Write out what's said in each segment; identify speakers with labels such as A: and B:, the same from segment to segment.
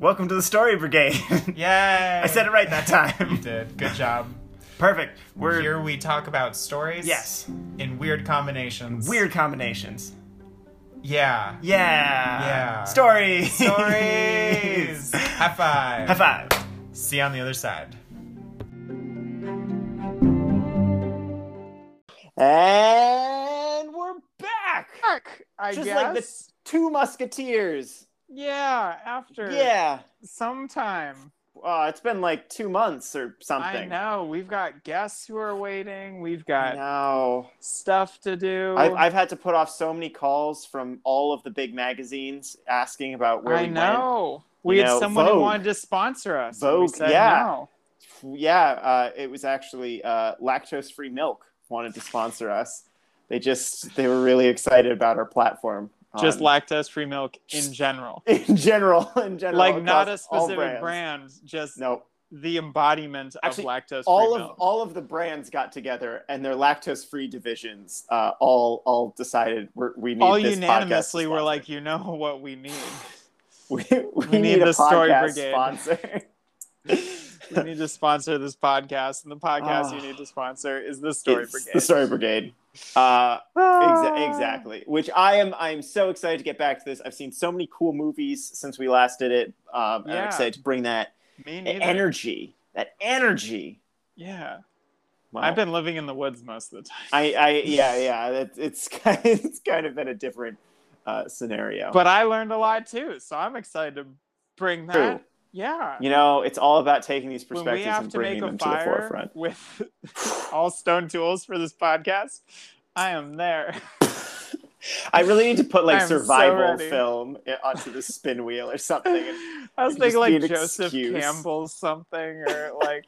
A: Welcome to the Story Brigade.
B: Yay!
A: I said it right that
B: You
A: time.
B: did. Good job.
A: Perfect. We're
B: Here we talk about stories.
A: yes,
B: In weird combinations.
A: weird combinations.
B: Yeah.
A: Yeah.
B: Yeah.
A: Stories.
B: Stories. High five.
A: High five.
B: See you on the other side.
A: And we're back.
C: Fuck, I
A: Just
C: guess.
A: like the two musketeers.
C: yeah, after
A: Yeah.
C: sometime.
A: Oh, it's been like two months or
C: I
A: something.
C: know. We've got guests who are waiting. We've got
A: No.
C: stuff to do.
A: I've, I've had to put off so many calls from all of the big magazines asking about where
C: I
A: we
C: know. We
A: You
C: had
A: know,
C: someone who
A: Vogue.
C: wanted to sponsor us. and we
A: Vogue,
C: said
A: yeah.
C: no.
A: went. Yeah, uh, it was actually uh, lactose-free milk wanted to sponsor us. They just they were really excited about our platform. on-
C: Just lactose free milk in
A: Just-
C: general.
A: in general, in general,
C: Like not a
A: across all
C: specific
A: brands.
C: brand, just
A: No,
C: the embodiment
A: Actually,
C: of lactose
A: all
C: free
A: of
C: milk.
A: all of the brands got together and their lactose-free divisions uh, all all decided we're, we need
C: all
A: this podcast to
C: unanimously were
A: sponsor.
C: like, you know what we need.
A: we, we,
C: need
A: need, a
C: the Story
A: podcast
C: Brigade.
A: sponsor.
C: we need to sponsor this podcast, and the podcast
A: Ah.
C: you need to sponsor is the Story
A: It's
C: Brigade.
A: The Story Brigade. Uh,
C: Ah.
A: exa- exactly. Which I am. I am so excited to get back to this. I've seen so many cool movies since we last did it. Um, and
C: Yeah.
A: I'm excited to bring that
C: Me neither.
A: energy. That energy.
C: yeah,
A: Wow.
C: I've been living in the woods most of the time,
A: I, I yeah yeah. It, it's kind it's kind of been a different uh, scenario.
C: but I learned a lot too, so I'm excited to bring that.
A: True.
C: Yeah,
A: you know, it's all about taking these
C: when
A: perspectives
C: we have
A: and
C: to make
A: bringing
C: a
A: them to the
C: fire
A: forefront.
C: with all stone tools for this podcast, I am there.
A: I really need to put
C: I
A: like
C: am so
A: survival
C: ready.
A: film eh, onto the spin wheel or something. and
C: I was
A: You
C: thinking
A: just
C: like
A: need an
C: Joseph
A: excuse.
C: Campbell's something or like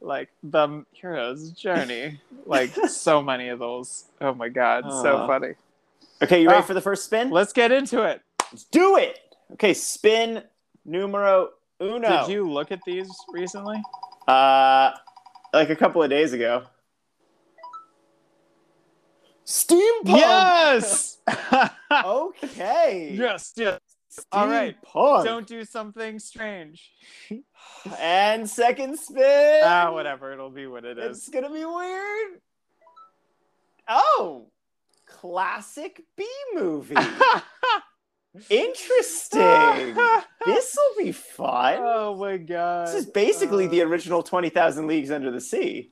C: like the hero's journey. Like so many of those. Oh my god, so
A: Aw.
C: funny.
A: Okay, you ready
C: Ah.
A: for the first spin?
C: Let's get into it.
A: Let's do it. Okay, spin numero uno.
C: Did you look at these recently?
A: Uh, like a couple of days ago. Steampunk.
C: Yes.
A: Okay.
C: yes, yes.
A: Steampunk.
C: All right. Don't do something strange.
A: And second spin.
C: Ah, whatever. It'll be what it
A: It's
C: is.
A: gonna be weird. Oh, classic B movie. Interesting. this will be fun.
C: oh my god. Uh,
A: This is basically the original Twenty Thousand Leagues Under the Sea.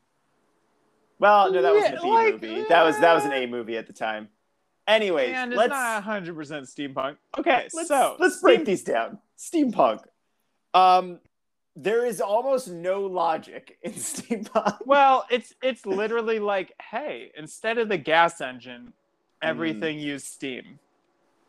A: Well, no, that wasn't a B
C: Yeah, like,
A: movie. That was that was an A movie at the time. Anyways,
C: And it's
A: let's
C: not 100% steampunk. Okay,
A: let's,
C: so
A: let's break these down. Steampunk. Um, there is almost no logic in steampunk.
C: Well, it's it's literally like, hey, instead of the gas engine,
A: Hmm.
C: everything used steam,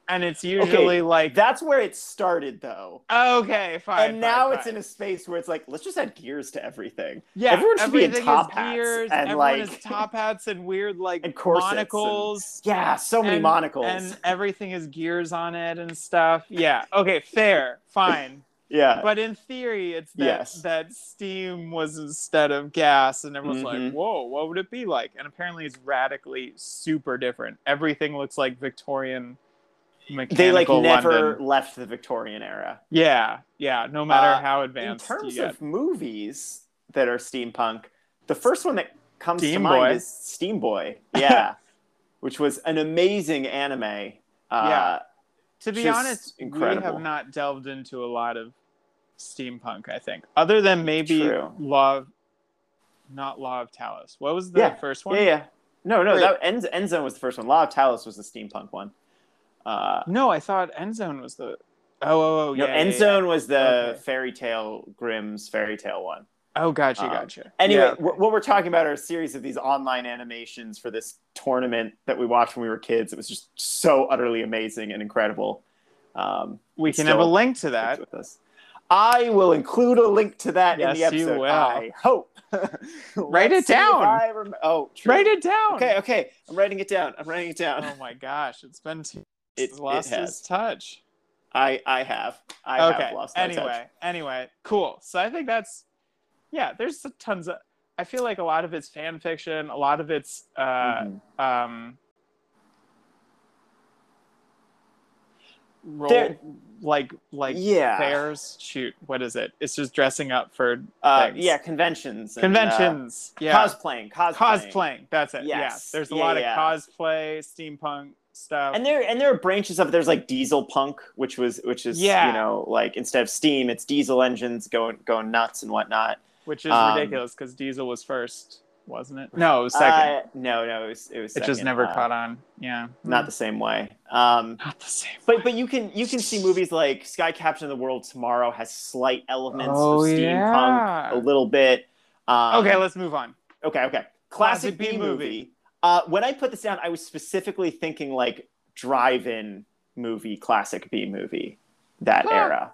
C: and it's usually like,
A: That's where it started, though.
C: okay, fine.
A: and now it's in a space where it's like, let's just add gears to everything.
C: yeah,
A: everyone should be in
C: everything
A: top
C: is
A: hats
C: gears,
A: and,
C: everyone
A: like-
C: is top hats and weird like
A: And corsets and-
C: monocles.
A: Yeah, so many
C: and-
A: monocles.
C: And everything is gears on it and stuff. Yeah. Okay. Fair. Fine.
A: yeah.
C: But in theory, it's that
A: Uh, Yes.
C: that steam was instead of gas, and everyone's
A: Mhm.
C: like, "Whoa, what would it be like?" And apparently, it's radically super different. Everything looks like Victorian mechanical
A: they like never
C: London.
A: left the Victorian era.
C: Yeah, yeah. No matter
A: Uh,
C: how
A: in
C: advanced you
A: terms
C: get,
A: of movies that are steampunk, the first one that comes to
C: Steam Boy.
A: mind is Steam Boy. Yeah, which was an amazing anime. Uh,
C: Yeah. to be
A: just
C: honest, we
A: incredible.
C: have not delved into a lot of steampunk. I think, other than maybe
A: True.
C: Law, of, not Law of Talos. What was the
A: Yeah,
C: first
A: yeah,
C: one?
A: yeah. No, no,
C: Wait.
A: that End, End Zone was the first one. Law of Talos was the steampunk one. Uh,
C: No, I thought End Zone was the. Oh, oh, oh, yeah.
A: no, End
C: yeah, yeah.
A: Zone was the
C: Okay.
A: fairy tale Grimm's fairy tale one.
C: Oh, gotcha,
A: Um,
C: gotcha.
A: Anyway,
C: Yeah.
A: wh- what we're talking about are a series of these online animations for this tournament that we watched when we were kids. It was just so utterly amazing and incredible. Um,
C: we can
A: still-
C: have a link to that.
A: with us. I will include a link to that in the
C: Yes, you
A: episode.
C: will.
A: I hope.
C: Write
A: Let's
C: it
A: see if
C: down.
A: I rem- oh, true.
C: Write it down.
A: Okay, uh, okay. I'm writing it down. I'm writing it down.
C: Oh my gosh, it's been too.
A: It-
C: It's lost
A: it has.
C: his touch.
A: I I have. I
C: okay.
A: have lost my
C: anyway,
A: touch.
C: anyway, cool. So I think that's. Yeah, there's tons of. I feel like a lot of it's fan fiction. A lot of it's. Uh,
A: Mm-hmm. Mhm.
C: um, roll
A: There-
C: like like
A: Yeah.
C: fairs. Shoot, what is it? It's just dressing up for
A: Uh,
C: things.
A: yeah, conventions. and, uh,
C: conventions. yeah,
A: Cosplaying. Cosplaying.
C: cosplaying. That's it.
A: Yes.
C: Yeah, there's a
A: Yeah,
C: lot
A: yeah.
C: of cosplay, steampunk stuff.
A: And there and there are branches of it. There's like diesel punk, which was which is
C: Yeah.
A: you know like instead of steam, it's diesel engines going going nuts and whatnot.
C: which is
A: Um,
C: ridiculous because Diesel was first, wasn't it? No, it was second.
A: Uh, no, no, it was it was.
C: it just
A: second.
C: never
A: Uh,
C: caught on. Yeah, Mm.
A: Not the same way. Um,
C: not the same.
A: but but you can you can see movies like Sky Captain of the World Tomorrow has slight elements
C: Oh,
A: of steampunk
C: yeah.
A: a little bit. Um,
C: okay, let's move on.
A: Okay, okay.
C: Classic
A: Classic,
C: B
A: B movie.
C: movie.
A: Uh, when I put this down, I was specifically thinking like drive-in movie, classic B movie, that
C: Huh.
A: era.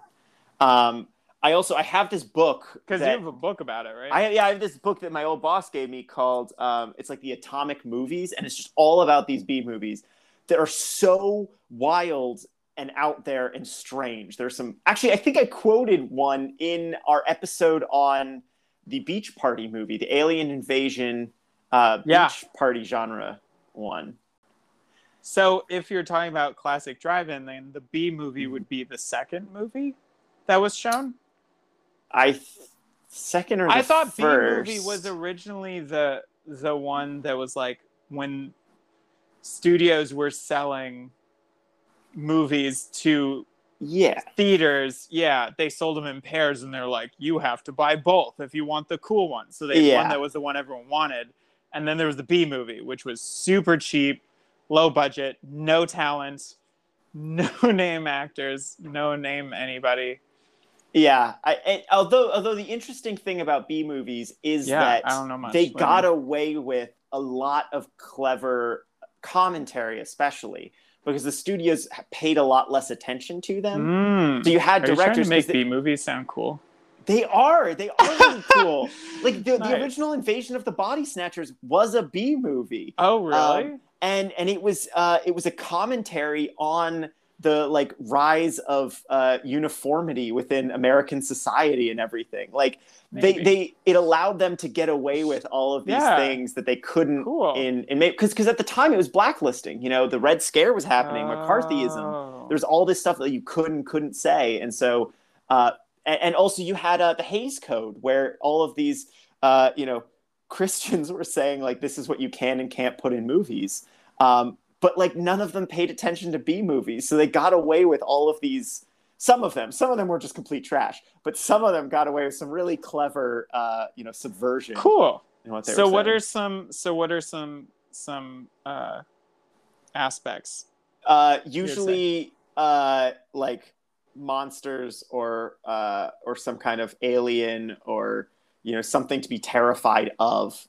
A: Um, I also I have this book
C: Because you
A: that-
C: have a book about it, right?
A: I yeah I have this book that my old boss gave me called um, it's like the Atomic Movies, and it's just all about these B movies that are so wild and out there and strange. There's some actually I think I quoted one in our episode on the Beach Party movie, the Alien Invasion uh, Beach
C: Yeah.
A: Party genre one.
C: so if you're talking about classic drive-in, then the B
A: Mm.
C: movie would be the second movie that was shown.
A: I th- second or
C: I
A: the
C: thought
A: first.
C: B movie was originally the the one that was like when studios were selling movies to
A: yeah
C: theaters. Yeah, they sold them in pairs, and they're like, you have to buy both if you want the cool one. So they had
A: Yeah.
C: one that was the one everyone wanted, and then there was the B movie, which was super cheap, low budget, no talent, no name actors, no name anybody.
A: Yeah, I, I, although although the interesting thing about B movies is
C: Yeah,
A: that
C: I don't know much,
A: they
C: but-
A: got away with a lot of clever commentary, especially because the studios paid a lot less attention to them.
C: Mm.
A: So you had
C: Are you trying
A: directors
C: to make
A: 'cause
C: B movies sound cool?
A: they, they are they are really cool. Like the,
C: Nice.
A: the original Invasion of the Body Snatchers was a B movie.
C: Oh, really?
A: and and it was uh, it was a commentary on the like rise of uh, uniformity within American society and everything. Like
C: Maybe.
A: they they it allowed them to get away with all of these
C: Yeah.
A: things that they couldn't
C: Cool.
A: in in because because at the time it was blacklisting. You know, the Red Scare was happening, McCarthyism.
C: Oh.
A: There's all this stuff that you couldn't couldn't say, and so uh, and, and also you had uh, the Hayes Code where all of these uh, you know Christians were saying like this is what you can and can't put in movies, um, but like none of them paid attention to B movies, so they got away with all of these. Some of them, some of them were just complete trash, but some of them got away with some really clever, uh, you know, subversion.
C: cool.
A: in what they
C: So
A: were
C: what
A: saying.
C: are some? So what are some some uh, aspects?
A: Uh, usually, uh, like monsters or uh, or some kind of alien or you know something to be terrified of.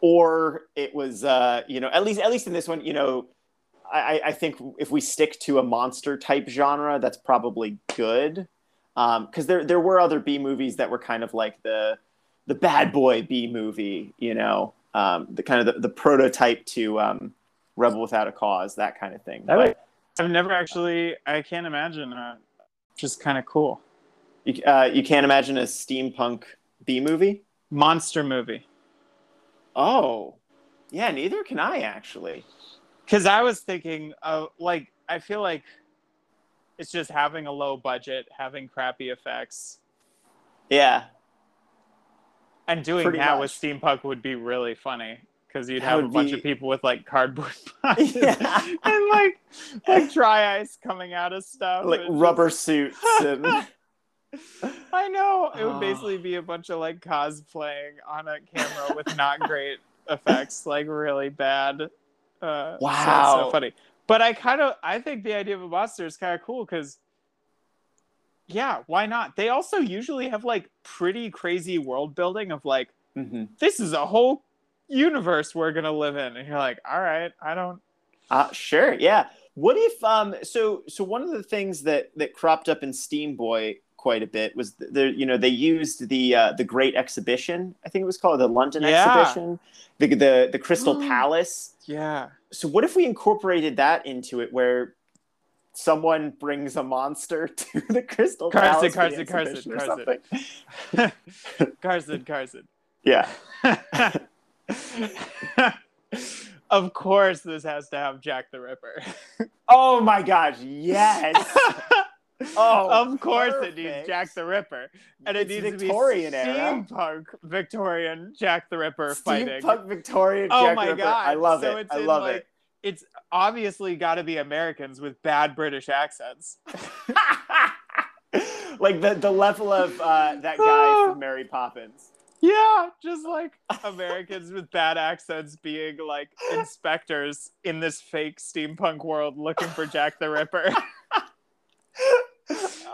A: Or it was uh, you know at least at least in this one you know I, I- I think if we stick to a monster type genre that's probably good because there there were other B movies that were kind of like the the bad boy B movie you know um, the kind of the, the prototype to um, Rebel Without a Cause, that kind of thing.
C: That
A: But
C: I've never actually. I can't imagine. Uh, just kind of cool
A: you, uh, you can't imagine a steampunk B movie.
C: monster movie.
A: Oh, yeah, neither can I actually.
C: Because I was thinking of like I feel like it's just having a low budget, having crappy effects,
A: Yeah,
C: and doing
A: Pretty
C: that
A: much.
C: with steampunk would be really funny. Because you'd
A: That
C: have a
A: would
C: bunch
A: be-
C: of people with like cardboard boxes
A: Yeah.
C: and like like dry ice coming out of stuff,
A: like
C: It's just-
A: rubber suits. And...
C: I know. It would
A: Oh.
C: basically be a bunch of like cosplaying on a camera with not great effects, like really bad. Uh, so it's So,
A: Wow.
C: funny. But I kind of I think the idea of a monster is kind of cool because yeah, why not? They also usually have like pretty crazy world building of like
A: Mhm.
C: this is a whole universe we're gonna live in, and you're like, all right, I don't.
A: Uh, sure. Yeah. What if um? So so one of the things that that cropped up in Steam Boy quite a bit was th- the you know they used the uh, the Great Exhibition. I think it was called the London
C: Yeah.
A: Exhibition. The the the Crystal Palace.
C: Yeah.
A: so what if we incorporated that into it where someone brings a monster to the crystal
C: Carson,
A: Palace for the
C: Carson, Carson,
A: exhibition or
C: Carson.
A: something?
C: Carson, Carson.
A: yeah
C: uh, of course this has to have Jack the Ripper.
A: Oh my gosh, yes. Oh,
C: of course it needs
A: perfect.
C: Jack the Ripper, and it
A: It's
C: needs
A: Victorian
C: to be
A: era.
C: steampunk Victorian Jack the Ripper fighting.
A: Steampunk Victorian
C: oh
A: Jack
C: my
A: Ripper.
C: god!
A: I love
C: so
A: it.
C: It's
A: I
C: in,
A: love
C: like,
A: it.
C: It's obviously got to be Americans with bad British accents.
A: like the, the level of uh, that guy from Mary Poppins.
C: Yeah, just like Americans with bad accents being like inspectors in this fake steampunk world looking for Jack the Ripper.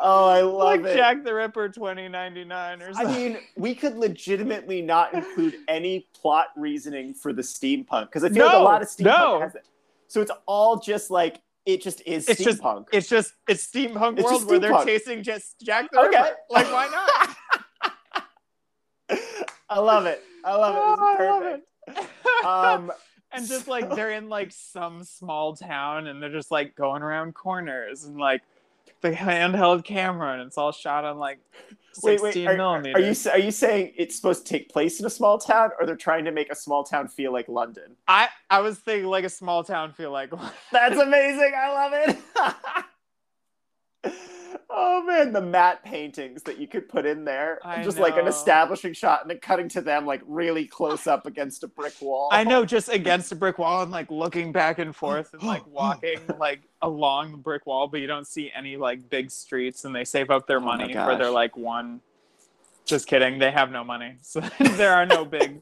A: Oh, I love
C: like
A: it.
C: Jack the Ripper 2099 or
A: I
C: something.
A: mean, we could legitimately not include any plot reasoning for the steampunk because I feel like a
C: No,
A: lot of steampunk
C: no.
A: has it. So it's all just like it just is
C: It's just-
A: steampunk.
C: it's just it's steampunk
A: It's
C: world
A: just
C: where they're
A: steampunk.
C: chasing just Jack the
A: Okay.
C: Ripper. Like why not?
A: I love it. I love it. This is
C: Oh, I love
A: perfect.
C: it.
A: Um,
C: and just like they're in like some small town and they're just like going around corners and like the handheld camera and it's all shot on like 16
A: Wait, wait,
C: millimeters.
A: are you s- are you saying it's supposed to take place in a small town, or they're trying to make a small town feel like London?
C: I I was thinking like a small town feel like
A: That's amazing. I love it. oh man, the matte paintings that you could put in there.
C: I
A: just like an
C: know.
A: establishing shot and then cutting to them like really close up against a brick wall.
C: I know just against a brick wall and like looking back and forth and like walking like along the brick wall but you don't see any like big streets and they save up their
A: Oh my
C: money for their
A: gosh.
C: like one just kidding they have no money so there are no big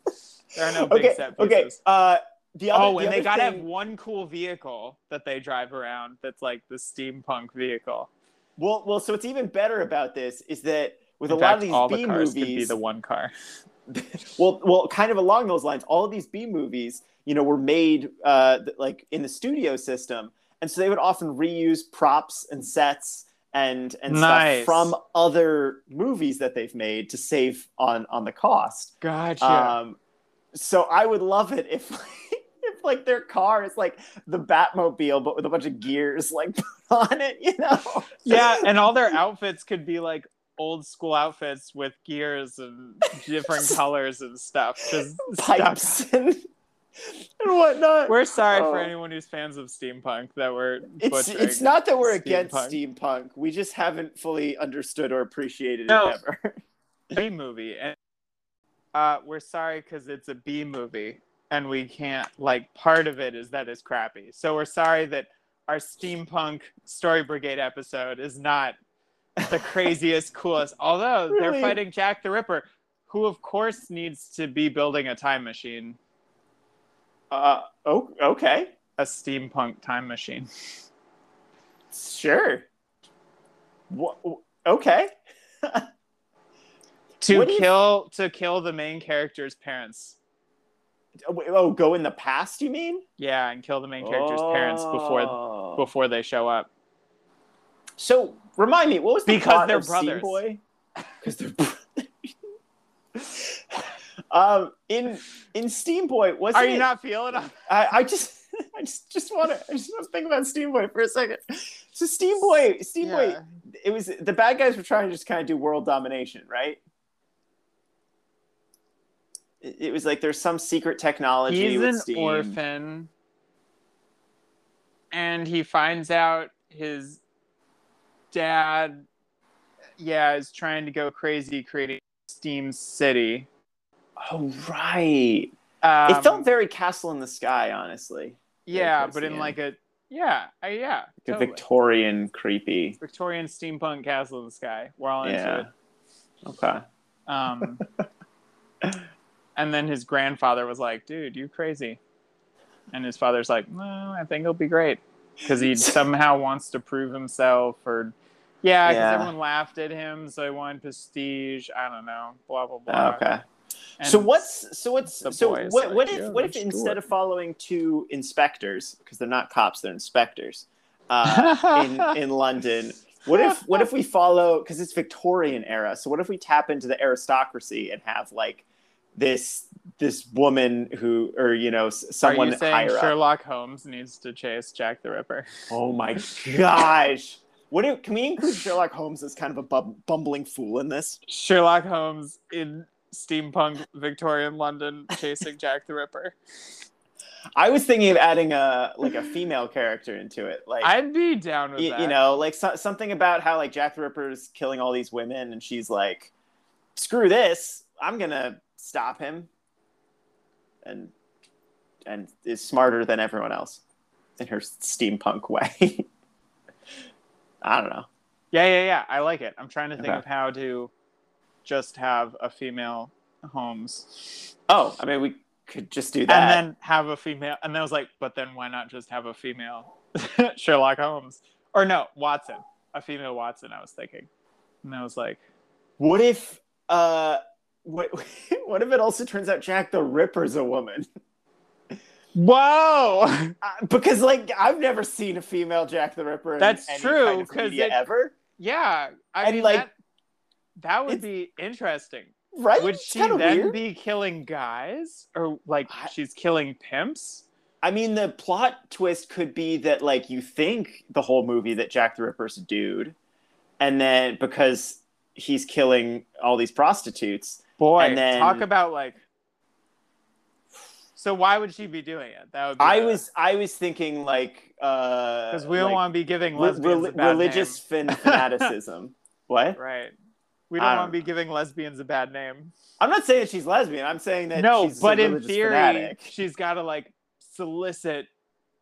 C: there are no big
A: okay,
C: set pieces.
A: okay. Uh, the other,
C: oh,
A: the
C: and they
A: other
C: gotta have
A: thing-
C: one cool vehicle that they drive around that's like the steampunk vehicle.
A: Well, well, so what's even better about this is that with
C: In
A: a
C: fact,
A: lot of these
C: all
A: B
C: the cars could be
A: movies,
C: the one car.
A: well, well, kind of along those lines, all of these B movies, you know, were made uh, th- like in the studio system, and so they would often reuse props and sets and and
C: Nice.
A: stuff from other movies that they've made to save on on the cost.
C: Gotcha.
A: Um, so I would love it if. If like their car is like the Batmobile, but with a bunch of gears like put on it, you know.
C: yeah, and all their outfits could be like old school outfits with gears and different colors and stuff. Just stuck.
A: pipes and, and whatnot.
C: We're sorry for
A: Oh.
C: anyone who's fans of steampunk that we're
A: it's
C: butchering.
A: it's not that we're against steampunk. We just haven't fully understood or appreciated
C: No.
A: it ever.
C: B movie, and uh, we're sorry because it's a B movie, and we can't like part of it is that it's crappy. So we're sorry that our steampunk story brigade episode is not the craziest, coolest. Although they're
A: Really?
C: fighting Jack the Ripper, who of course needs to be building a time machine,
A: Uh, oh, okay,
C: a steampunk time machine.
A: sure. What? Okay.
C: To
A: What do you-
C: kill to kill the main character's parents.
A: Oh, Oh, go in the past. You mean?
C: Yeah, and kill the main character's parents before
A: Oh.
C: before they show up.
A: So remind me, what was the
C: Because
A: plot
C: they're
A: of Steam
C: brothers.
A: Boy? Because they're brothers. um, in in Steam Boy, was
C: Are
A: it,
C: you not feeling it?
A: I, I just I just, just want to I just want to think about Steam Boy for a second. So Steam Boy, Steam Boy,
C: Yeah.
A: it was the bad guys were trying to just kind of do world domination, right? It it was like there's some secret technology.
C: He's
A: with
C: an
A: Steam.
C: orphan, and he finds out his dad, yeah, is trying to go crazy creating Steam City.
A: Oh right.
C: Um,
A: it felt very Castle in the Sky, honestly.
C: yeah,
A: towards
C: but
A: the
C: in
A: end.
C: like a yeah, uh, yeah,
A: The
C: totally.
A: Victorian creepy.
C: Victorian steampunk castle in the sky. We're all into
A: Yeah.
C: it.
A: Okay.
C: Um, and then his grandfather was like, "Dude, you crazy," and his father's like, "No, I think it'll be great," because he somehow wants to prove himself, or yeah, because
A: Yeah.
C: everyone laughed at him, so he wanted prestige. I don't know, blah blah blah.
A: Okay.
C: And
A: so what's so what's
C: the
A: so
C: boys
A: what
C: like,
A: what
C: "Yeah,
A: if what if
C: let's do
A: instead
C: it."
A: of following two inspectors because they're not cops they're inspectors uh, in in London what if what if we follow because it's Victorian era so what if we tap into the aristocracy and have like this this woman who or you know s-
C: Are
A: someone
C: you saying
A: higher up
C: Sherlock Holmes needs to chase Jack the Ripper?
A: oh my gosh what if, can we include Sherlock Holmes as kind of a bum, bumbling fool in this
C: Sherlock Holmes in steampunk Victorian London chasing Jack the Ripper.
A: I was thinking of adding a like a female character into it, like
C: I'd be down
A: y-
C: with
A: you,
C: that.
A: know, like so- something about how like Jack the Ripper is killing all these women, and she's like, "Screw this! I'm gonna stop him," and and is smarter than everyone else in her steampunk way. I don't know.
C: Yeah, yeah, yeah. I like it. I'm trying to think
A: Okay.
C: of how to just have a female Holmes,
A: Oh, I mean, we could just do that.
C: and then have a female. And then I was like, but then why not just have a female Sherlock Holmes? Or no, Watson, a female Watson. I was thinking, and I was like,
A: What if uh what what if it also turns out Jack the Ripper's a woman?
C: whoa,
A: Uh, because like I've never seen a female Jack the Ripper. In
C: That's
A: any
C: true,
A: kind of
C: 'cause
A: media
C: it-
A: ever
C: yeah. I
A: And,
C: mean,
A: like,
C: that, that would
A: it's-
C: be interesting.
A: right?
C: Would
A: It's
C: she
A: kinda
C: then
A: weird.
C: be killing guys, or like
A: I-
C: she's killing pimps?
A: I mean, the plot twist could be that like you think the whole movie that Jack the Ripper's a dude, and then because he's killing all these prostitutes,
C: Boy,
A: And then-
C: talk about like. So why would she be doing it? That would. Be
A: I was I was thinking like uh
C: because we don't
A: like,
C: want to be giving
A: re-
C: lesbians
A: re-
C: a bad
A: religious fan- fanaticism. what?
C: name. right? We
A: I
C: don't
A: don't
C: want to be giving lesbians a bad name.
A: I'm not saying that she's lesbian. I'm saying that
C: no,
A: she's
C: but
A: a
C: in
A: religious
C: theory,
A: fanatic.
C: she's got to like solicit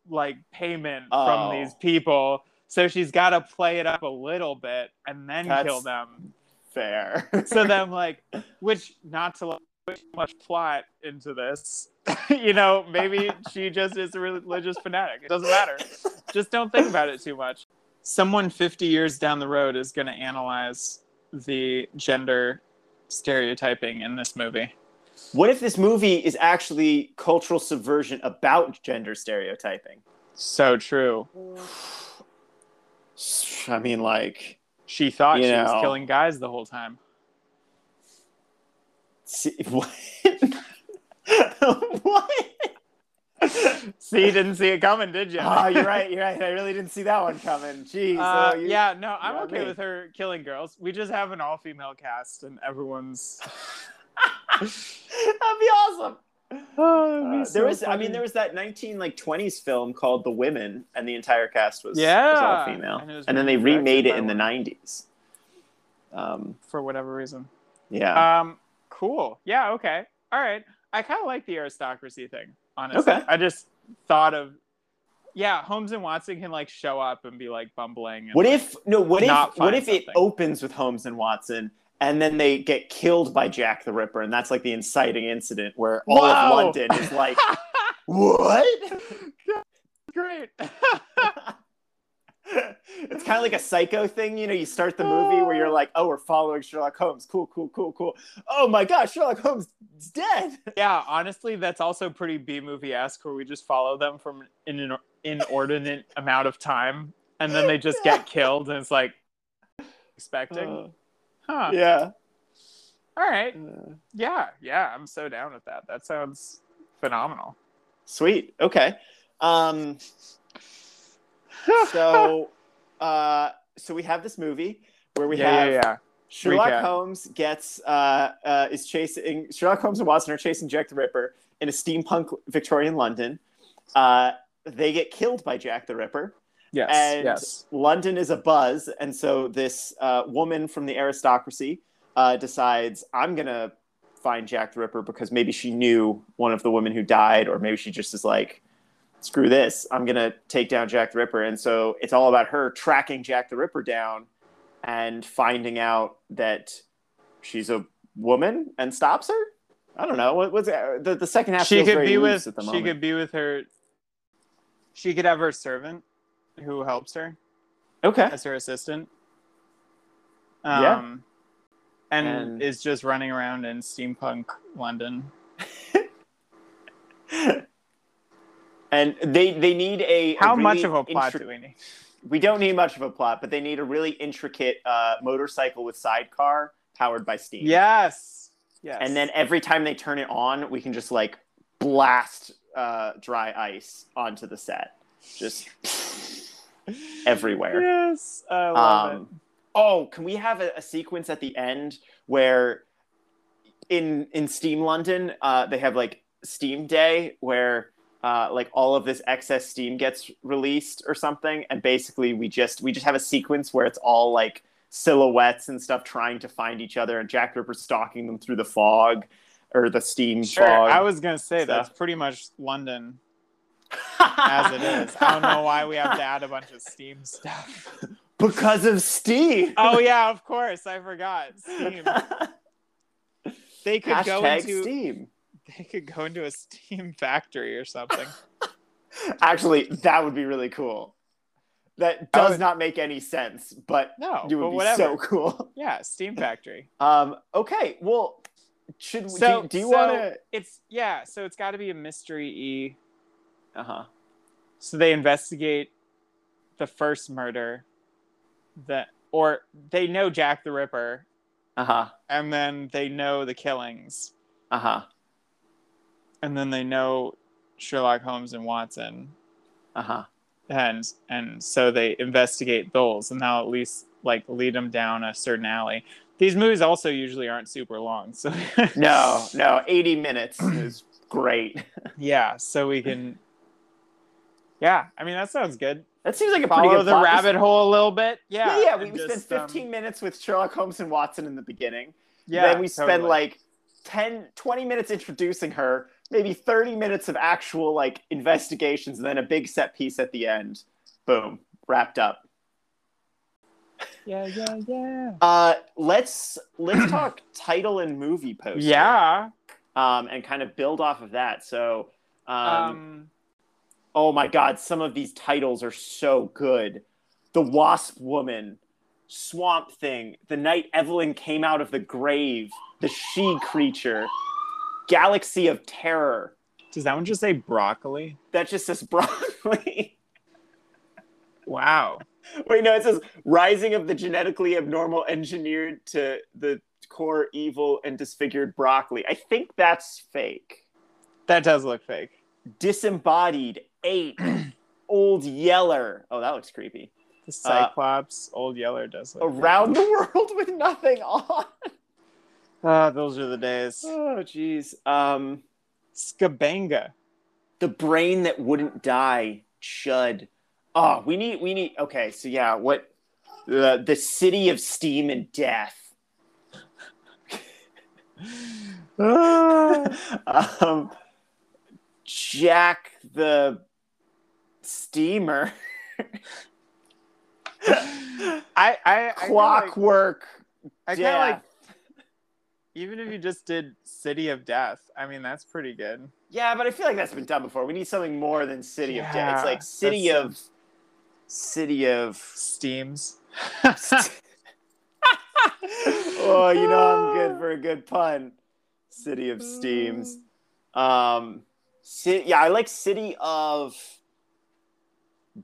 C: like payment
A: Oh.
C: from these people. So she's got to play it up a little bit and then kill
A: That's-
C: them.
A: fair.
C: So then, like, which not to like, put too much plot into this, you know, maybe she just is a religious fanatic. It doesn't matter. just don't think about it too much. Someone 50 years down the road is going to analyze the gender stereotyping in this movie.
A: what if this movie is actually cultural subversion about gender stereotyping?
C: So true.
A: I mean, like,
C: She thought
A: You
C: she
A: know.
C: was killing guys the whole time.
A: see, what? what?
C: See, you didn't see it coming, did you?
A: Oh, you're right. You're right. I really didn't see that one coming. Jeez.
C: Uh,
A: oh, you-
C: yeah, no, I'm
A: got
C: okay
A: me.
C: with her killing girls. We just have an all female cast and everyone's.
A: That'd be awesome.
C: oh,
A: Uh, there was, I mean, there was that 19 like 20s film called The Women, and the entire cast was was all
C: Yeah.
A: female, and,
C: And it was
A: then they
C: directed
A: remade it
C: by
A: in the
C: women.
A: 90s. Um,
C: for whatever reason.
A: yeah,
C: Um, cool. Yeah. Okay. All right. I kind of like the aristocracy thing. Honestly,
A: Okay.
C: I just thought of. Yeah, Holmes and Watson can like show up and be like bumbling. And,
A: what if no? What if
C: not
A: what
C: find
A: if it
C: something.
A: opens with Holmes and Watson, and then they get killed by Jack the Ripper, and that's like the inciting incident where all of
C: Whoa!
A: London is like, what?
C: Great.
A: it's kind of like a psycho thing, you know. You start the movie where you're like, "Oh, we're following Sherlock Holmes. Cool, cool, cool, cool. Oh my gosh, Sherlock Holmes is dead."
C: yeah, honestly, that's also pretty B movie esque, where we just follow them from an inor- inordinate amount of time, and then they just get killed, and it's like expecting. Huh.
A: Uh, yeah.
C: All right. Yeah. Yeah. I'm so down with that. That sounds phenomenal.
A: Sweet. Okay. Um, so, uh, so we have this movie where we have Sherlock
C: Recap.
A: Holmes gets uh, uh, is chasing Sherlock Holmes and Watson are chasing Jack the Ripper in a steampunk Victorian London. Uh, they get killed by Jack the Ripper.
C: Yes.
A: and
C: yes.
A: London is a buzz, and so this uh, woman from the aristocracy uh, decides I'm gonna find Jack the Ripper because maybe she knew one of the women who died, or maybe she just is like, screw this, I'm gonna take down Jack the Ripper, and so it's all about her tracking Jack the Ripper down and finding out that she's a woman and stops her. I don't know. What was the, the second half?
C: She
A: feels
C: could
A: very
C: be
A: loose
C: with.
A: at the
C: She
A: moment.
C: could be with her. She could have her servant, who helps her
A: okay.
C: as her assistant.
A: Yeah.
C: Um, and,
A: And-
C: is just running around in steampunk London.
A: And they they need a a
C: How much
A: really
C: of a plot
A: intri-
C: do we need?
A: we don't need much of a plot, but they need a really intricate uh, motorcycle with sidecar powered by steam.
C: Yes. Yes.
A: And then every time they turn it on, we can just like blast uh, dry ice onto the set, just everywhere.
C: Yes, I love it.
A: Um, Oh, can we have a, a sequence at the end where in in Steam London, uh, they have like Steam Day where uh, like all of this excess steam gets released or something, and basically we just we just have a sequence where it's all like silhouettes and stuff trying to find each other, and Jack Ripper stalking them through the fog or the steam
C: Sure,
A: fog.
C: I was gonna say
A: So-
C: that's pretty much London as it is. I don't know why we have to add a bunch of steam stuff.
A: because of steam.
C: Oh yeah, of course, I forgot steam. They could go
A: Hashtag
C: into
A: steam.
C: they could go into a steam factory or something.
A: Actually, that would be really cool. That does
C: would-
A: not make any sense, but
C: No,
A: it would
C: but
A: be
C: whatever.
A: so cool.
C: Yeah, steam factory.
A: Um, okay, well, should we
C: So
A: do, do you
C: so
A: want to?
C: It's yeah. So it's got to be a mystery e.
A: Uh huh.
C: So they investigate the first murder, that or they know Jack the Ripper,
A: Uh huh.
C: and then they know the killings,
A: Uh huh.
C: and then they know Sherlock Holmes and Watson,
A: Uh huh.
C: and and so they investigate those, and that'll at least like lead them down a certain alley. These movies also usually aren't super long, so
A: No, no. Eighty minutes is great.
C: yeah, so we can. Yeah, I mean that sounds good.
A: That seems like a pretty
C: Follow
A: good
C: the
A: plot.
C: rabbit hole a little bit. Yeah,
A: Yeah, yeah. We
C: and
A: we spent
C: just, um,
A: fifteen minutes with Sherlock Holmes and Watson in the beginning.
C: Yeah,
A: then we spend
C: totally.
A: like 10 20 minutes introducing her maybe 30 minutes of actual like investigations and then a big set piece at the end boom wrapped up
C: yeah, yeah, yeah.
A: uh let's let's talk title and movie post
C: Yeah.
A: um and kind of build off of that so um,
C: Um,
A: oh my god some of these titles are so good the wasp woman swamp thing the night evelyn came out of the grave the she creature galaxy of terror
C: does that one just say broccoli?
A: that just says broccoli.
C: Wow.
A: Wait, no, it says rising of the genetically abnormal engineered to the core evil and disfigured broccoli. I think that's fake.
C: That does look fake.
A: Disembodied ape, old yeller. Oh, that looks creepy.
C: The
A: Uh,
C: Cyclops, Old Yeller does look
A: Around the world with nothing on.
C: fake. Ah, those are the days.
A: Oh, jeez. Um,
C: Skabanga.
A: the brain that wouldn't die chud oh we need we need okay so yeah what the the city of steam and death Ah. um jack the steamer
C: I, I, I kinda like-
A: clockwork
C: I kind of
A: death
C: like. Even if you just did City of Death, I mean that's pretty good.
A: yeah but i feel like that's been done before we need something more than city of death
C: Yeah,
A: it's like city
C: that's-
A: of city of
C: Steams.
A: oh, you know I'm good for a good pun. City of Steams. Um, ci- yeah, I like City of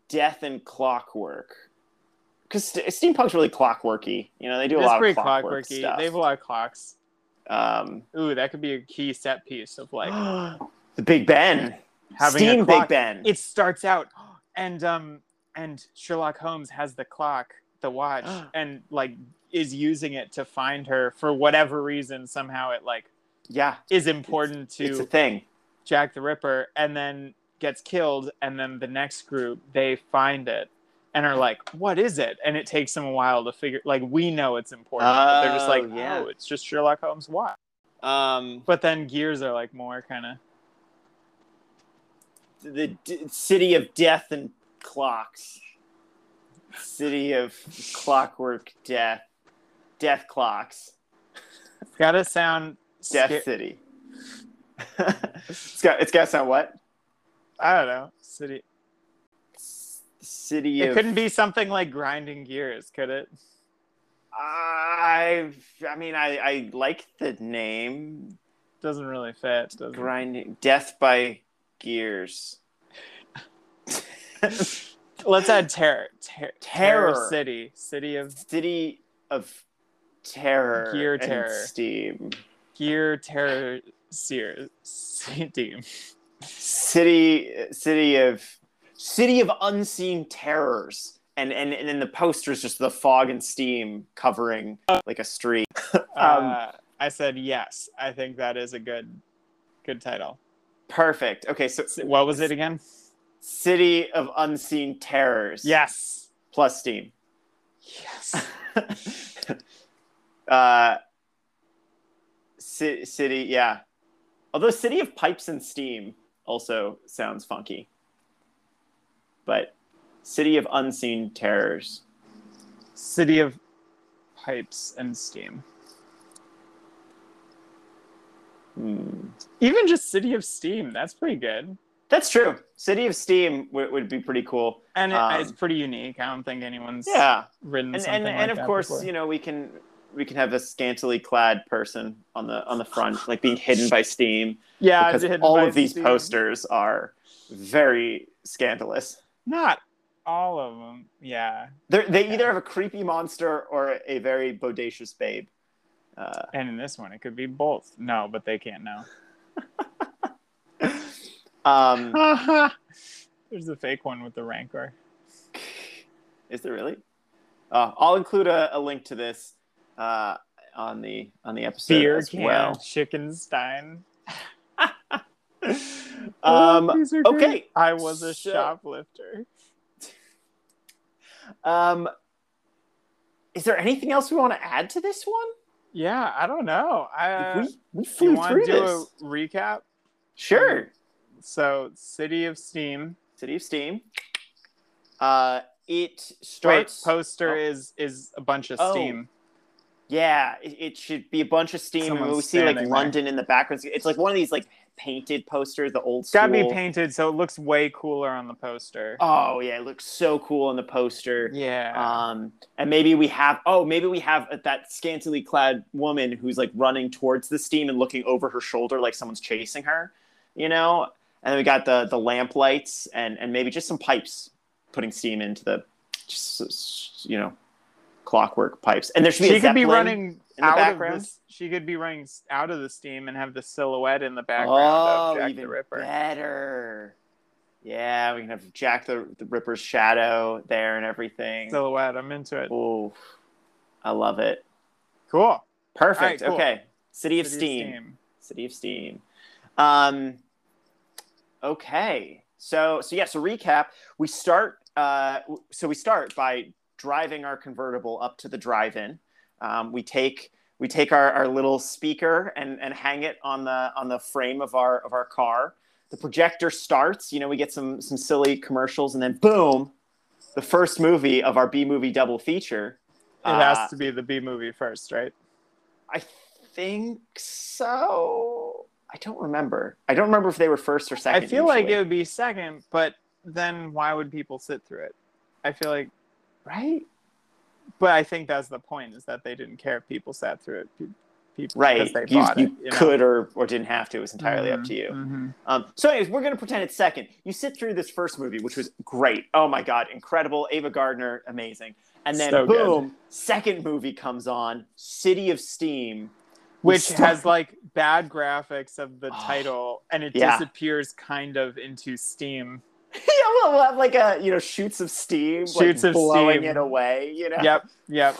A: Death and Clockwork because st- steampunk's really clockworky. You know, they do a
C: it's
A: lot of
C: pretty
A: clockwork
C: clockworky.
A: stuff.
C: They have a lot of clocks.
A: um,
C: Ooh, that could be a key set piece of like
A: the Big Ben,
C: having
A: Steam
C: a clock.
A: Big Ben.
C: It starts out, and um, and Sherlock Holmes has the clock, the watch, and like is using it to find her for whatever reason. Somehow it like
A: yeah,
C: is important
A: it's
C: to
A: a thing.
C: Jack the Ripper, and then gets killed. And then the next group they find it and are like, "What is it?" And it takes them a while to figure. Like we know it's important, but they're just
A: Oh,
C: like,
A: yeah.
C: "Oh, it's just Sherlock Holmes' watch."
A: Um,
C: But then gears are like more kind of.
A: the d- City of Death and Clocks. City of Clockwork Death, Death Clocks.
C: It's gotta sound.
A: Death
C: sca-
A: City. it's got it's got sound what?
C: I don't know. City.
A: S- City
C: It
A: of
C: couldn't be something like grinding gears, could it?
A: I I mean I I like the name
C: Doesn't really fit. Doesn't.
A: grinding death by gears.
C: Let's add terror. Ter- terror.
A: Terror.
C: City. City of
A: City of terror
C: Gear
A: and
C: terror.
A: steam.
C: gear. Terror. Seer. Steam.
A: City city of city of unseen terrors. And and and then the poster is just the fog and steam covering like a street. Um,
C: Uh, I said yes. I think that is a good, good title.
A: Perfect. Okay, so
C: What was it again?
A: City of Unseen Terrors.
C: Yes.
A: Plus Steam.
C: Yes.
A: uh, ci- city, yeah. Although City of Pipes and Steam also sounds funky. But City of Unseen Terrors.
C: City of Pipes and Steam.
A: Hmm.
C: Even just City of Steam, that's pretty good.
A: That's true. City of Steam w- would be pretty cool.
C: And it,
A: Um,
C: it's pretty unique. I don't think anyone's
A: Yeah.
C: written
A: And
C: something
A: and,
C: like
A: and of
C: that
A: course,
C: before.
A: you know, we can we can have a scantily clad person on the on the front like being hidden by Steam
C: yeah,
A: because
C: it's hidden
A: all
C: by
A: of these
C: Steam.
A: posters are very scandalous.
C: Not all of them. Yeah,
A: They're, they either have a creepy monster or a very bodacious babe. Uh,
C: and in this one, it could be both. No, but they can't know.
A: um,
C: There's the fake one with the rancor.
A: is there really? Uh, I'll include a, a link to this uh, on the on the episode
C: Beer
A: as
C: can
A: well.
C: Chickenstein. Oh,
A: Um,
C: these are
A: okay,
C: great. I was a
A: so-
C: shoplifter.
A: um, is there anything else we want to add to this one?
C: Yeah, I don't know. I,
A: we we
C: Uh, you
A: flew
C: want
A: through
C: to
A: this.
C: do a um, recap?
A: Sure.
C: So, City of Steam.
A: City of Steam. Uh, it
C: Wait,
A: starts.
C: poster
A: Oh.
C: is is a bunch of
A: Oh.
C: steam.
A: Yeah, it, it should be a bunch of steam. and
C: Someone's
A: we see like
C: standing there.
A: London in the background. It's like one of these like painted posters, the old
C: It's got to be
A: school.
C: painted so it looks way cooler on the poster.
A: Oh yeah, it looks so cool on the poster.
C: yeah.
A: Um, and maybe we have oh maybe we have that scantily clad woman who's like running towards the steam and looking over her shoulder like someone's chasing her, you know. And then we got the the lamp lights and and maybe just some pipes putting steam into the just you know clockwork pipes. And there should be a
C: she could be
A: Zeppelin.
C: running
A: the
C: out
A: background.
C: of this. She could be running s- out of the steam and have the silhouette in the background
A: Oh,
C: of Jack
A: even
C: the Ripper.
A: better. Yeah, we can have Jack the, the Ripper's shadow there and everything. Oh,
C: Silhouette. I'm into it.
A: I love it.
C: Cool.
A: Perfect.
C: All right, cool.
A: Okay. City of
C: City
A: Steam. City of Steam. Um, okay. So so yeah. So recap. We start. Uh, w- so we start by driving our convertible up to the drive-in. Um, we take we take our, our little speaker and, and hang it on the on the frame of our of our car. The projector starts. You know, we get some some silly commercials, and then boom, the first movie of our B movie double feature.
C: It has
A: Uh,
C: to be the B movie first, right?
A: I think so. I don't remember. I don't remember if they were first or second.
C: I feel like
A: usually.
C: it would be second, but then why would people sit through it? I feel like,
A: right.
C: but I think that's the point is that they didn't care if people sat through it. Pe- People,
A: Right.
C: because they
A: you
C: bought
A: you
C: it, you know?
A: could or, or didn't have to. It was entirely up to you.
C: Mhm.
A: Um, so, anyways, we're going to pretend it's second. You sit through this first movie, which was great. Oh my God, incredible. Ava Gardner, amazing. And then,
C: So good.
A: boom, second movie comes on City of Steam. We
C: Which
A: start-
C: has like bad graphics of the
A: Oh.
C: title, and it
A: Yeah.
C: disappears kind of into Steam.
A: yeah, we'll we'll have like a, you know, shoots of steam,
C: Shoots
A: like
C: of
A: blowing
C: steam.
A: it away, you know?
C: Yep, yep.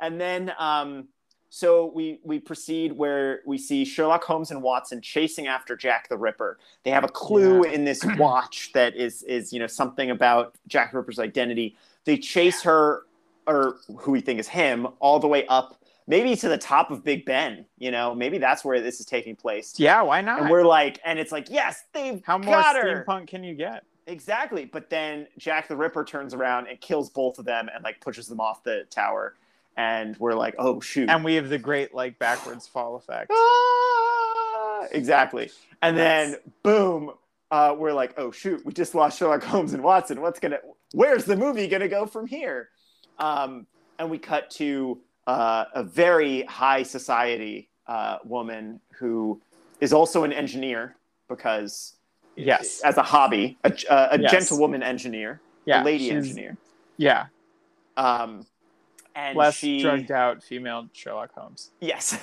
A: and then um, so we we proceed where we see Sherlock Holmes and Watson chasing after Jack the Ripper. They have a clue in this watch that is is you know something about Jack the Ripper's identity. They chase her or who we think is him all the way up maybe to the top of Big Ben, you know, maybe that's where this is taking place.
C: Yeah, why not?
A: And we're like and it's like yes, they've
C: How more
A: got her.
C: steampunk can you get?
A: Exactly. But then Jack the Ripper turns around and kills both of them and like pushes them off the tower. And we're like, oh shoot.
C: And we have the great like backwards fall effect.
A: Ah! Exactly. And then
C: That's-
A: boom, uh, we're like, oh shoot, we just lost Sherlock Holmes and Watson. What's gonna where's the movie gonna go from here? Um, and we cut to uh, a very high society uh, woman who is also an engineer because
C: Yes.
A: as a hobby, a, a, a
C: Yes.
A: gentlewoman engineer,
C: Yeah,
A: a lady
C: she's-
A: engineer.
C: Yeah,
A: Um, and
C: less
A: she,
C: drugged out female Sherlock Holmes.
A: yes,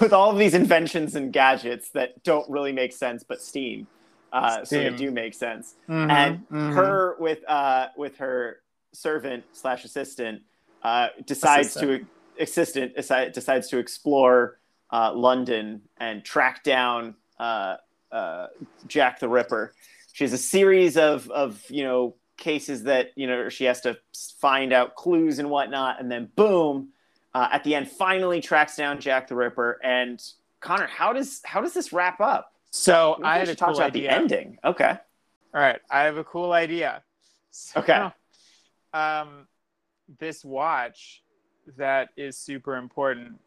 A: with all of these inventions and gadgets that don't really make sense, but Steam, uh, so they
C: Steam.
A: do make sense.
C: Mhm,
A: And
C: mhm.
A: Her with uh, with her servant slash assistant uh, decides to assistant deci- decides to explore uh, London and track down uh, uh, Jack the Ripper. She has a series of of you know cases that you know she has to find out clues and whatnot, and then boom, uh, at the end, finally tracks down Jack the Ripper. And Connor, how does how does this wrap up?
C: So
A: Maybe
C: I
A: we
C: had a
A: should talk
C: cool
A: about
C: idea.
A: the ending. Okay,
C: All right, I have a cool idea. So,
A: Okay.
C: Um, this watch that is super important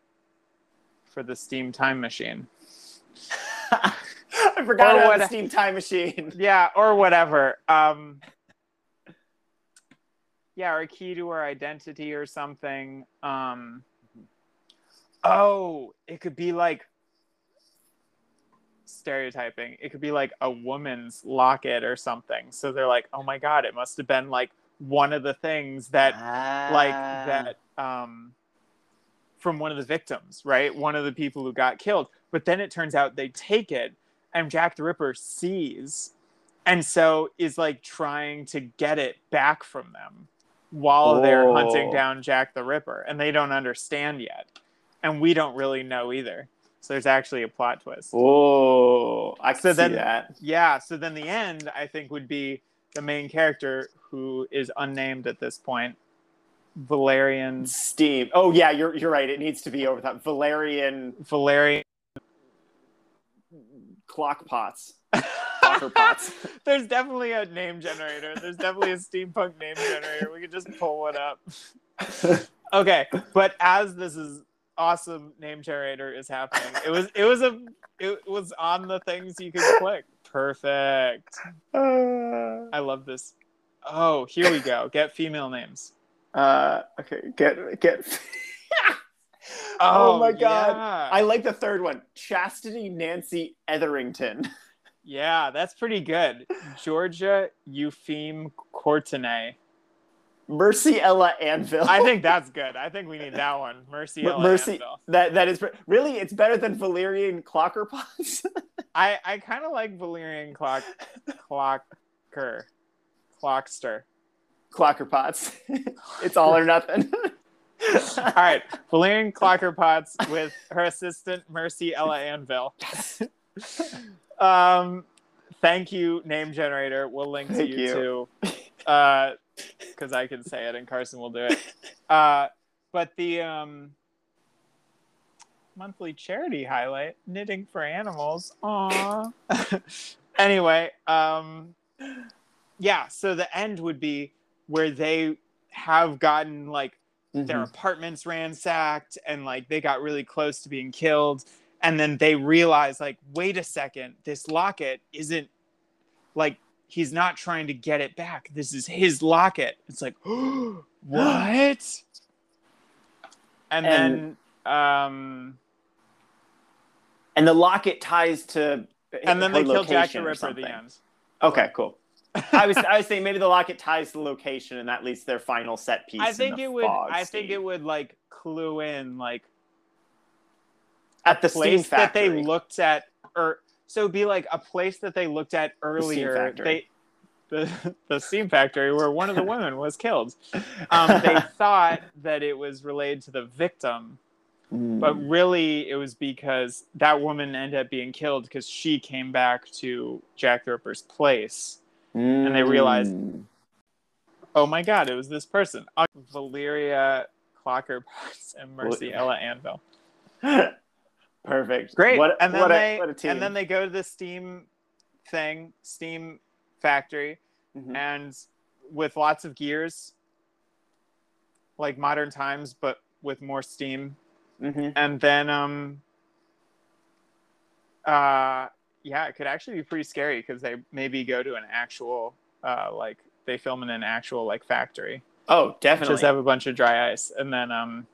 C: for the steam time machine.
A: I forgot
C: Or
A: about
C: what-
A: the Steam Time Machine.
C: Yeah, or whatever. Um, yeah, or a key to her identity or something. Um, oh, it could be like stereotyping. It could be like a woman's locket or something. So they're like, oh my god, it must have been like one of the things that like
A: Uh,
C: that um, from one of the victims, right? One of the people who got killed. But then it turns out they take it, and Jack the Ripper sees, and so is like trying to get it back from them while they're
A: Oh.
C: hunting down Jack the Ripper, and they don't understand yet, and we don't really know either. So there's actually a plot twist.
A: Oh, I can
C: So
A: see
C: then-
A: that.
C: Yeah. So then the end, I think, would be the main character who is unnamed at this point, Valerian
A: Steam. Oh yeah, you're you're right. It needs to be over the top. Valerian
C: Valerian.
A: clock pots, clocker pots.
C: There's definitely a name generator. There's definitely a steampunk name generator. We could just pull one up. Okay, but as this is awesome name generator is happening, it was it was a it was on the things you could click. Perfect.
A: Uh,
C: I love this. Oh, here we go. Get female names.
A: uh, okay, get get.
C: Oh,
A: Oh, my god.
C: yeah.
A: I like the third one. Chastity Nancy Etherington.
C: Yeah, that's pretty good. Georgia Eupheme Courtenay.
A: Mercy Ella Anvil.
C: I think that's good. I think we need that one. Mercy.
A: Mer-
C: Ella
A: Mercy.
C: Anvil.
A: that that is pre- really it's better than Valerian clocker pots.
C: I I kind of like Valerian Clock Clocker Clockster.
A: clocker pots. it's all or nothing.
C: All right, Valerian Clocker Potts with her assistant Mercy Ella Anvil. Um, thank you, name generator. We'll link to
A: Thank
C: you, too, uh, because I can say it and Carson will do it. Uh, but the um, monthly charity highlight: knitting for animals. Aww. anyway, um, yeah. So the end would be where they have gotten like their
A: Mm-hmm.
C: apartments ransacked and like they got really close to being killed and then they realize like wait a second this locket isn't like he's not trying to get it back this is his locket it's like what and,
A: And-
C: then um
A: And the locket ties to
C: and then they
A: her
C: kill jack
A: location
C: the
A: or
C: ripper at
A: something.
C: the end
A: Okay, cool. I was I was saying maybe the locket ties to the location and that leads to their final set piece.
C: i
A: in
C: think
A: the
C: it would
A: fog
C: i
A: scene.
C: think it would like clue in like
A: at the steam
C: place that
A: factory.
C: they looked at or so it'd be like a place that they looked at earlier
A: factory.
C: they the, the steam factory where one of the women was killed um, they thought that it was related to the victim
A: Mm.
C: but really it was because that woman ended up being killed because she came back to jack the ripper's place they realized-
A: Mm.
C: oh my god it was this person Uh, valeria clocker and mercy ella anvil
A: Mm. Perfect.
C: Great.
A: What,
C: and then
A: what
C: they
A: a, what a team.
C: and then they go to the Steam thing, Steam factory,
A: Mhm.
C: and with lots of gears, like modern times, but with more steam.
A: Mhm.
C: And then, um, uh, yeah, it could actually be pretty scary because they maybe go to an actual, uh, like they film in an actual like factory.
A: Oh, definitely.
C: Just have a bunch of dry ice, and then um,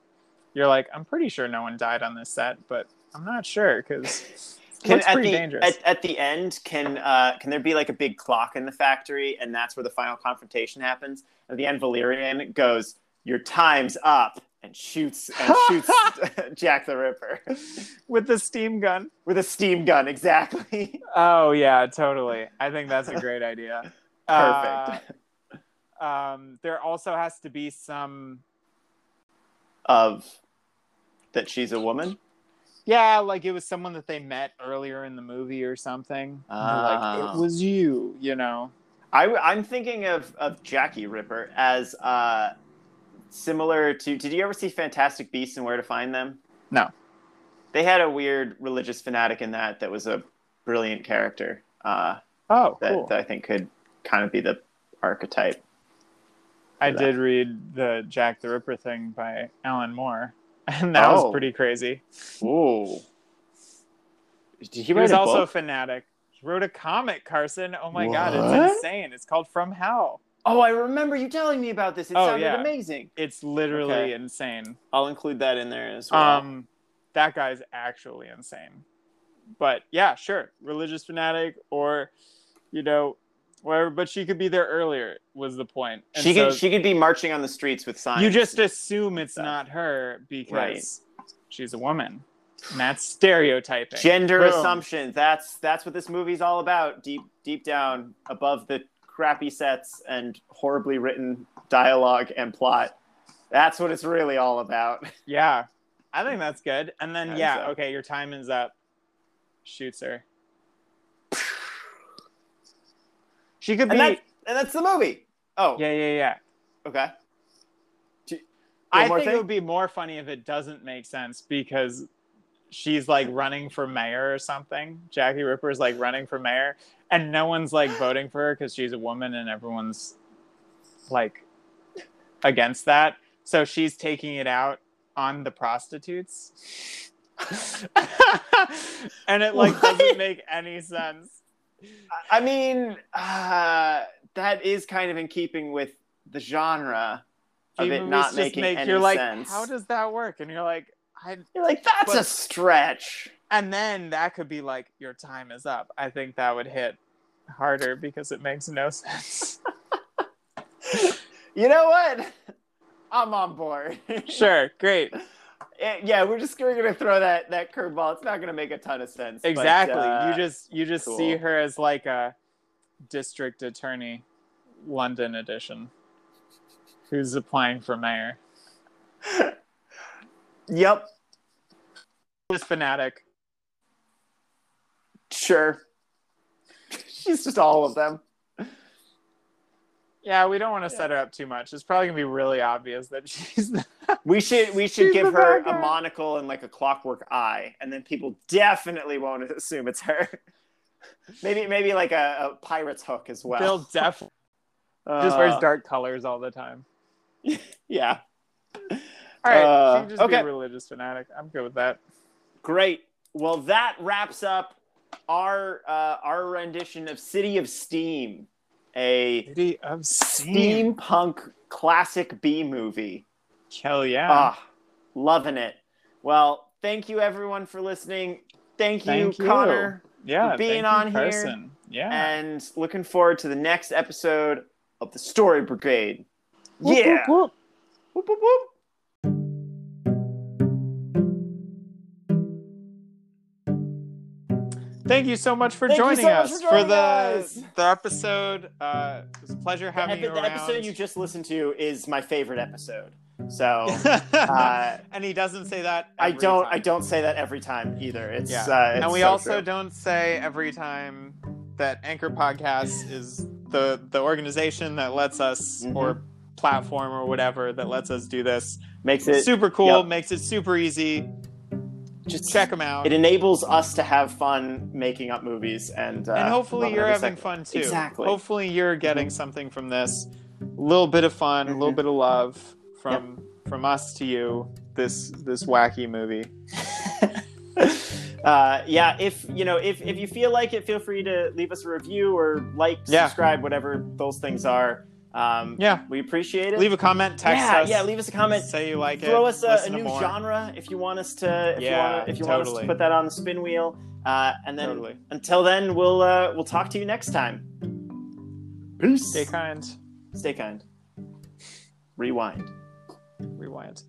C: you're like, I'm pretty sure no one died on this set, but I'm not sure because
A: can,
C: it's
A: at
C: pretty
A: the,
C: dangerous.
A: At, at the end, can uh, can there be like a big clock in the factory, and that's where the final confrontation happens? At the end, Valerian goes, "Your time's up," and shoots and shoots Jack the Ripper
C: With the steam gun.
A: with a steam gun. Exactly.
C: Oh yeah, totally. I think that's a great idea. Uh,
A: Perfect.
C: um, there also has to be some.
A: of that she's a woman.
C: yeah, like it was someone that they met earlier in the movie or something. And they're like
A: Ah.
C: it was you, you know.
A: I, am thinking of, of Jackie Ripper as uh, similar to. Did you ever see Fantastic Beasts and Where to Find Them?
C: No.
A: They had a weird religious fanatic in that that was a brilliant character uh,
C: Oh,
A: that,
C: cool.
A: that I think could kind of be the archetype.
C: I did read the Jack the Ripper thing by Alan Moore, and that
A: Oh.
C: was pretty crazy.
A: Ooh. Did he
C: He
A: write
C: was
A: a
C: also a
A: book?
C: fanatic. He wrote a comic, Carson. Oh my god,
A: What?
C: it's insane. It's called From Hell.
A: Oh, I remember you telling me about this. It
C: Oh,
A: sounded
C: yeah.
A: amazing.
C: It's literally
A: Okay.
C: insane.
A: I'll include that in there as well.
C: Um, that guy's actually insane. But yeah, sure, religious fanatic or, you know, whatever. But she could be there earlier. Was the point? And
A: she could
C: so
A: she could be marching on the streets with signs.
C: you just assume it's
A: stuff.
C: not her because
A: Right.
C: she's a woman. And that's stereotyping.
A: gender
C: Boom.
A: assumptions. That's that's what this movie's all about. Deep deep down above the crappy sets and horribly written dialogue and plot. That's what it's really all about.
C: Yeah, I think that's good. And then
A: Time's
C: yeah,
A: up.
C: okay, your time is up. Shoots her. She could be.
A: And that and that's the movie. Oh,
C: yeah, yeah, yeah.
A: okay. Do- do you have
C: I
A: more
C: think it
A: thing?
C: would be more funny if it doesn't make sense because she's like running for mayor or something. Jackie Ripper's like running for mayor, and no one's like voting for her because she's a woman, and everyone's like against that. So she's taking it out on the prostitutes, and it like
A: What?
C: doesn't make any sense.
A: I mean, uh, that is kind of in keeping with the genre of
C: Few
A: it
C: movies
A: not
C: just
A: making any
C: you're like,
A: sense.
C: how does that work? And you're like, I
A: You're like, that's
C: But-
A: a stretch.
C: and then that could be like your time is up i think that would hit harder because it makes no sense
A: You know what? I'm on board.
C: sure great
A: Eh, yeah, we're just we're gonna throw that that curveball. It's not gonna make a ton of sense. but,
C: exactly
A: uh,
C: you just you just see
A: cool.
C: her as like a district attorney london edition who's applying for mayor
A: Yep.
C: this fanatic
A: Sure. She's just all of them.
C: yeah we don't want to set her up too much it's probably gonna be really obvious that she's the-
A: We should we should
C: She's
A: give
C: the
A: her
C: bad
A: a
C: guy.
A: monocle and like a clockwork eye, and then people definitely won't assume it's her. maybe maybe like a, a pirate's hook as well.
C: bill def
A: Uh,
C: just wears dark colors all the time
A: Yeah.
C: all right
A: Uh,
C: she can just
A: okay.
C: be a religious fanatic i'm good with that
A: Great. Well, that wraps up our uh, our rendition of City of Steam, a
C: City of
A: steampunk classic B movie.
C: Hell yeah.
A: Ah, loving it. Well, thank you everyone for listening. Thank you,
C: Thank you.
A: Connor,
C: yeah.
A: for being
C: thank you,
A: on here.
C: Carson. Yeah.
A: and looking forward to the next episode of the Story Brigade.
C: Whoop,
A: yeah.
C: whoop,
A: Whoop,
C: whoop.
A: whoop, whoop.
C: Thank you so much for
A: Thank you
C: joining
A: so much
C: us
A: for joining
C: the
A: us.
C: the episode. Uh, it was a pleasure
A: The,
C: having
A: epi-
C: you
A: the
C: around.
A: episode you just listened to is my favorite episode. So uh,
C: and he doesn't say that.
A: I
C: every
A: don't
C: time.
A: I don't say that every time either. It's,
C: Yeah.
A: uh, it's
C: And we
A: so
C: also
A: true.
C: don't say every time that Anchor Podcast is the the organization that lets us
A: Mhm.
C: or platform or whatever that lets us do this.
A: makes it
C: super cool.
A: yep.
C: Makes it super easy.
A: just
C: Check them out.
A: it enables us to have fun making up movies and uh,
C: and hopefully
A: loving
C: you're
A: every
C: having
A: second. Mm-hmm.
C: fun too.
A: Exactly.
C: Hopefully you're getting something from this. A little bit of fun, a little
A: Mhm.
C: bit of love from from us to you. This this wacky movie.
A: uh, yeah if you know if, if you feel like it feel free to leave us a review or like
C: Yeah.
A: subscribe whatever those things are um,
C: Yeah.
A: we appreciate it
C: Leave a comment, text
A: yeah,
C: us.
A: yeah leave us a comment
C: Say you like it.
A: throw us a, a
C: listen to
A: new
C: more.
A: genre if you want us to if
C: Yeah,
A: you want if you want us
C: totally.
A: to put that on the spin wheel uh, and then
C: Totally.
A: until then we'll uh, we'll talk to you next time peace
C: Stay kind.
A: stay kind rewind
C: Rewind.